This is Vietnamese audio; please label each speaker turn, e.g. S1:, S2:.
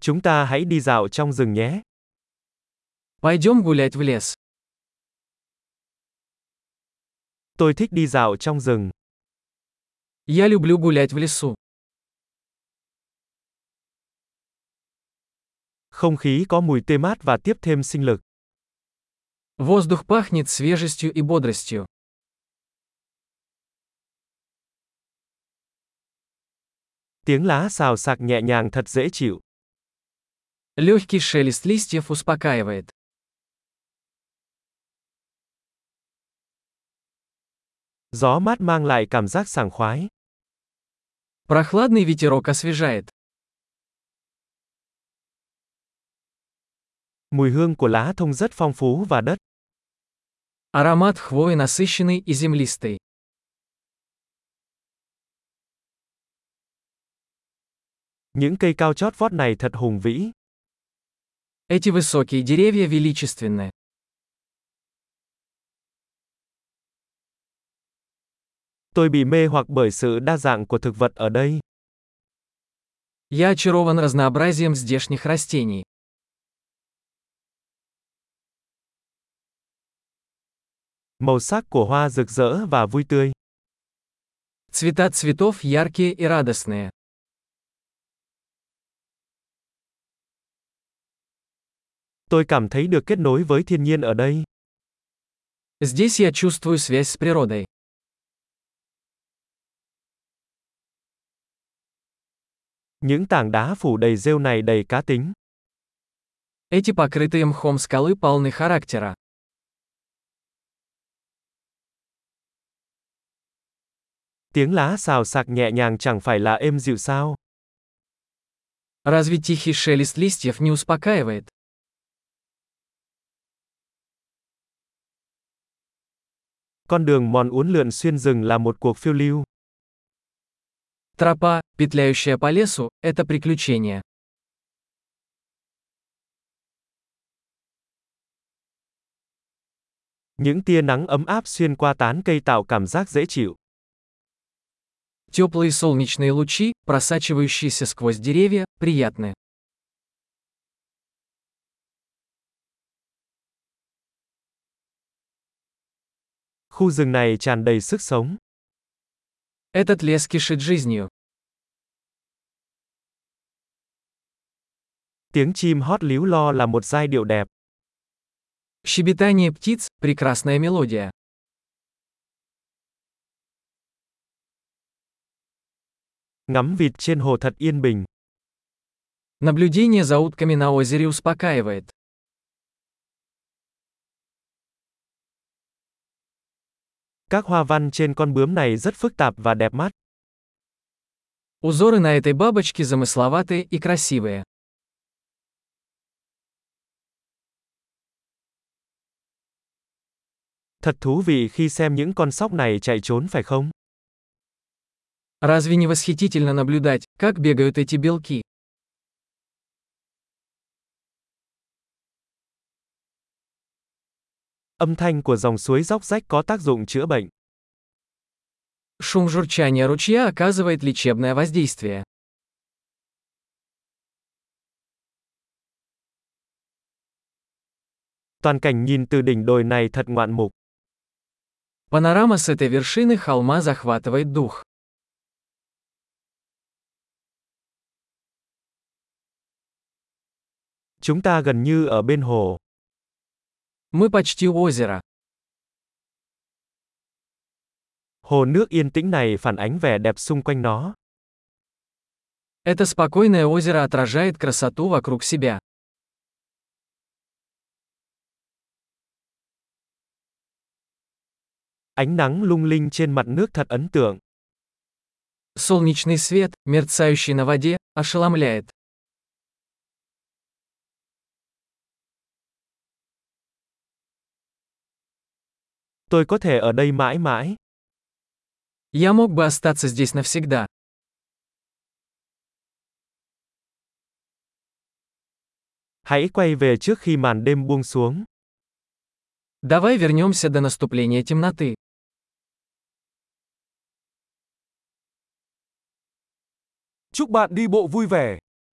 S1: Chúng ta hãy đi dạo trong rừng nhé.
S2: Пойдем гулять в лес.
S1: Tôi thích đi dạo trong rừng.
S2: Я люблю гулять в лесу.
S1: Không khí có mùi tê mát và tiếp thêm sinh lực.
S2: Воздух пахнет свежестью и бодростью.
S1: Tiếng lá xào xạc nhẹ nhàng thật dễ chịu.
S2: Легкий шелест листьев успокаивает.
S1: Gió mát mang lại cảm giác sảng khoái.
S2: Прохладный ветерок освежает.
S1: Mùi hương của lá thông rất phong phú và đất.
S2: Аромат хвои насыщенный и землистый.
S1: Những cây cao chót vót này thật hùng vĩ.
S2: Эти высокие деревья величественны.
S1: Tôi bị mê hoặc bởi sự đa dạng của thực vật ở đây.
S2: Я очарован разнообразием здешних растений.
S1: Màu sắc của hoa rực rỡ và vui tươi.
S2: Цвета цветов яркие и радостные.
S1: Tôi cảm thấy được kết nối với thiên nhiên ở đây.
S2: Здесь я чувствую связь с природой.
S1: Những tảng đá phủ đầy rêu này đầy cá tính.
S2: Эти покрытые мхом скалы полны характера.
S1: Tiếng lá xào xạc nhẹ nhàng chẳng phải là êm dịu sao?
S2: Разве тихий шелест листьев не успокаивает?
S1: Con đường mòn uốn lượn xuyên rừng là một cuộc phiêu lưu.
S2: Тропа, петляющая по лесу, это приключение.
S1: Những tia nắng ấm áp xuyên qua tán cây tạo cảm giác dễ chịu.
S2: Теплые солнечные лучи, просачивающиеся сквозь деревья, приятны.
S1: Khu rừng này tràn đầy sức sống.
S2: Этот лес кишит жизнью.
S1: Tiếng chim hót líu lo là một giai điệu đẹp.
S2: Щебетание птиц – прекрасная мелодия.
S1: Ngắm vịt trên hồ thật yên bình.
S2: Наблюдение за утками на озере успокаивает.
S1: Các hoa văn trên con bướm này rất phức tạp và đẹp mắt.
S2: Узоры на этой бабочке замысловатые и красивые.
S1: Thật thú vị khi xem những con sóc này chạy trốn phải không?
S2: Разве не восхитительно наблюдать, как бегают эти белки?
S1: Âm thanh của dòng suối róc rách có tác dụng chữa bệnh.
S2: Шум журчания ручья оказывает лечебное воздействие.
S1: Toàn cảnh nhìn từ đỉnh đồi này thật ngoạn mục.
S2: Панорама с этой вершины холма захватывает дух.
S1: Chúng ta gần như ở bên hồ.
S2: Мы почти у озера.
S1: Hồ nước yên tĩnh này phản ánh vẻ đẹp xung quanh nó.
S2: Это спокойное озеро отражает красоту вокруг себя.
S1: Ánh nắng lung linh trên mặt nước thật ấn tượng.
S2: Солнечный свет, мерцающий на воде, ошеломляет.
S1: Tôi có thể ở đây mãi mãi.
S2: Я мог бы остаться здесь навсегда.
S1: Hãy quay về trước khi màn đêm buông xuống.
S2: Давай вернемся до наступления темноты.
S1: Chúc bạn đi bộ vui vẻ.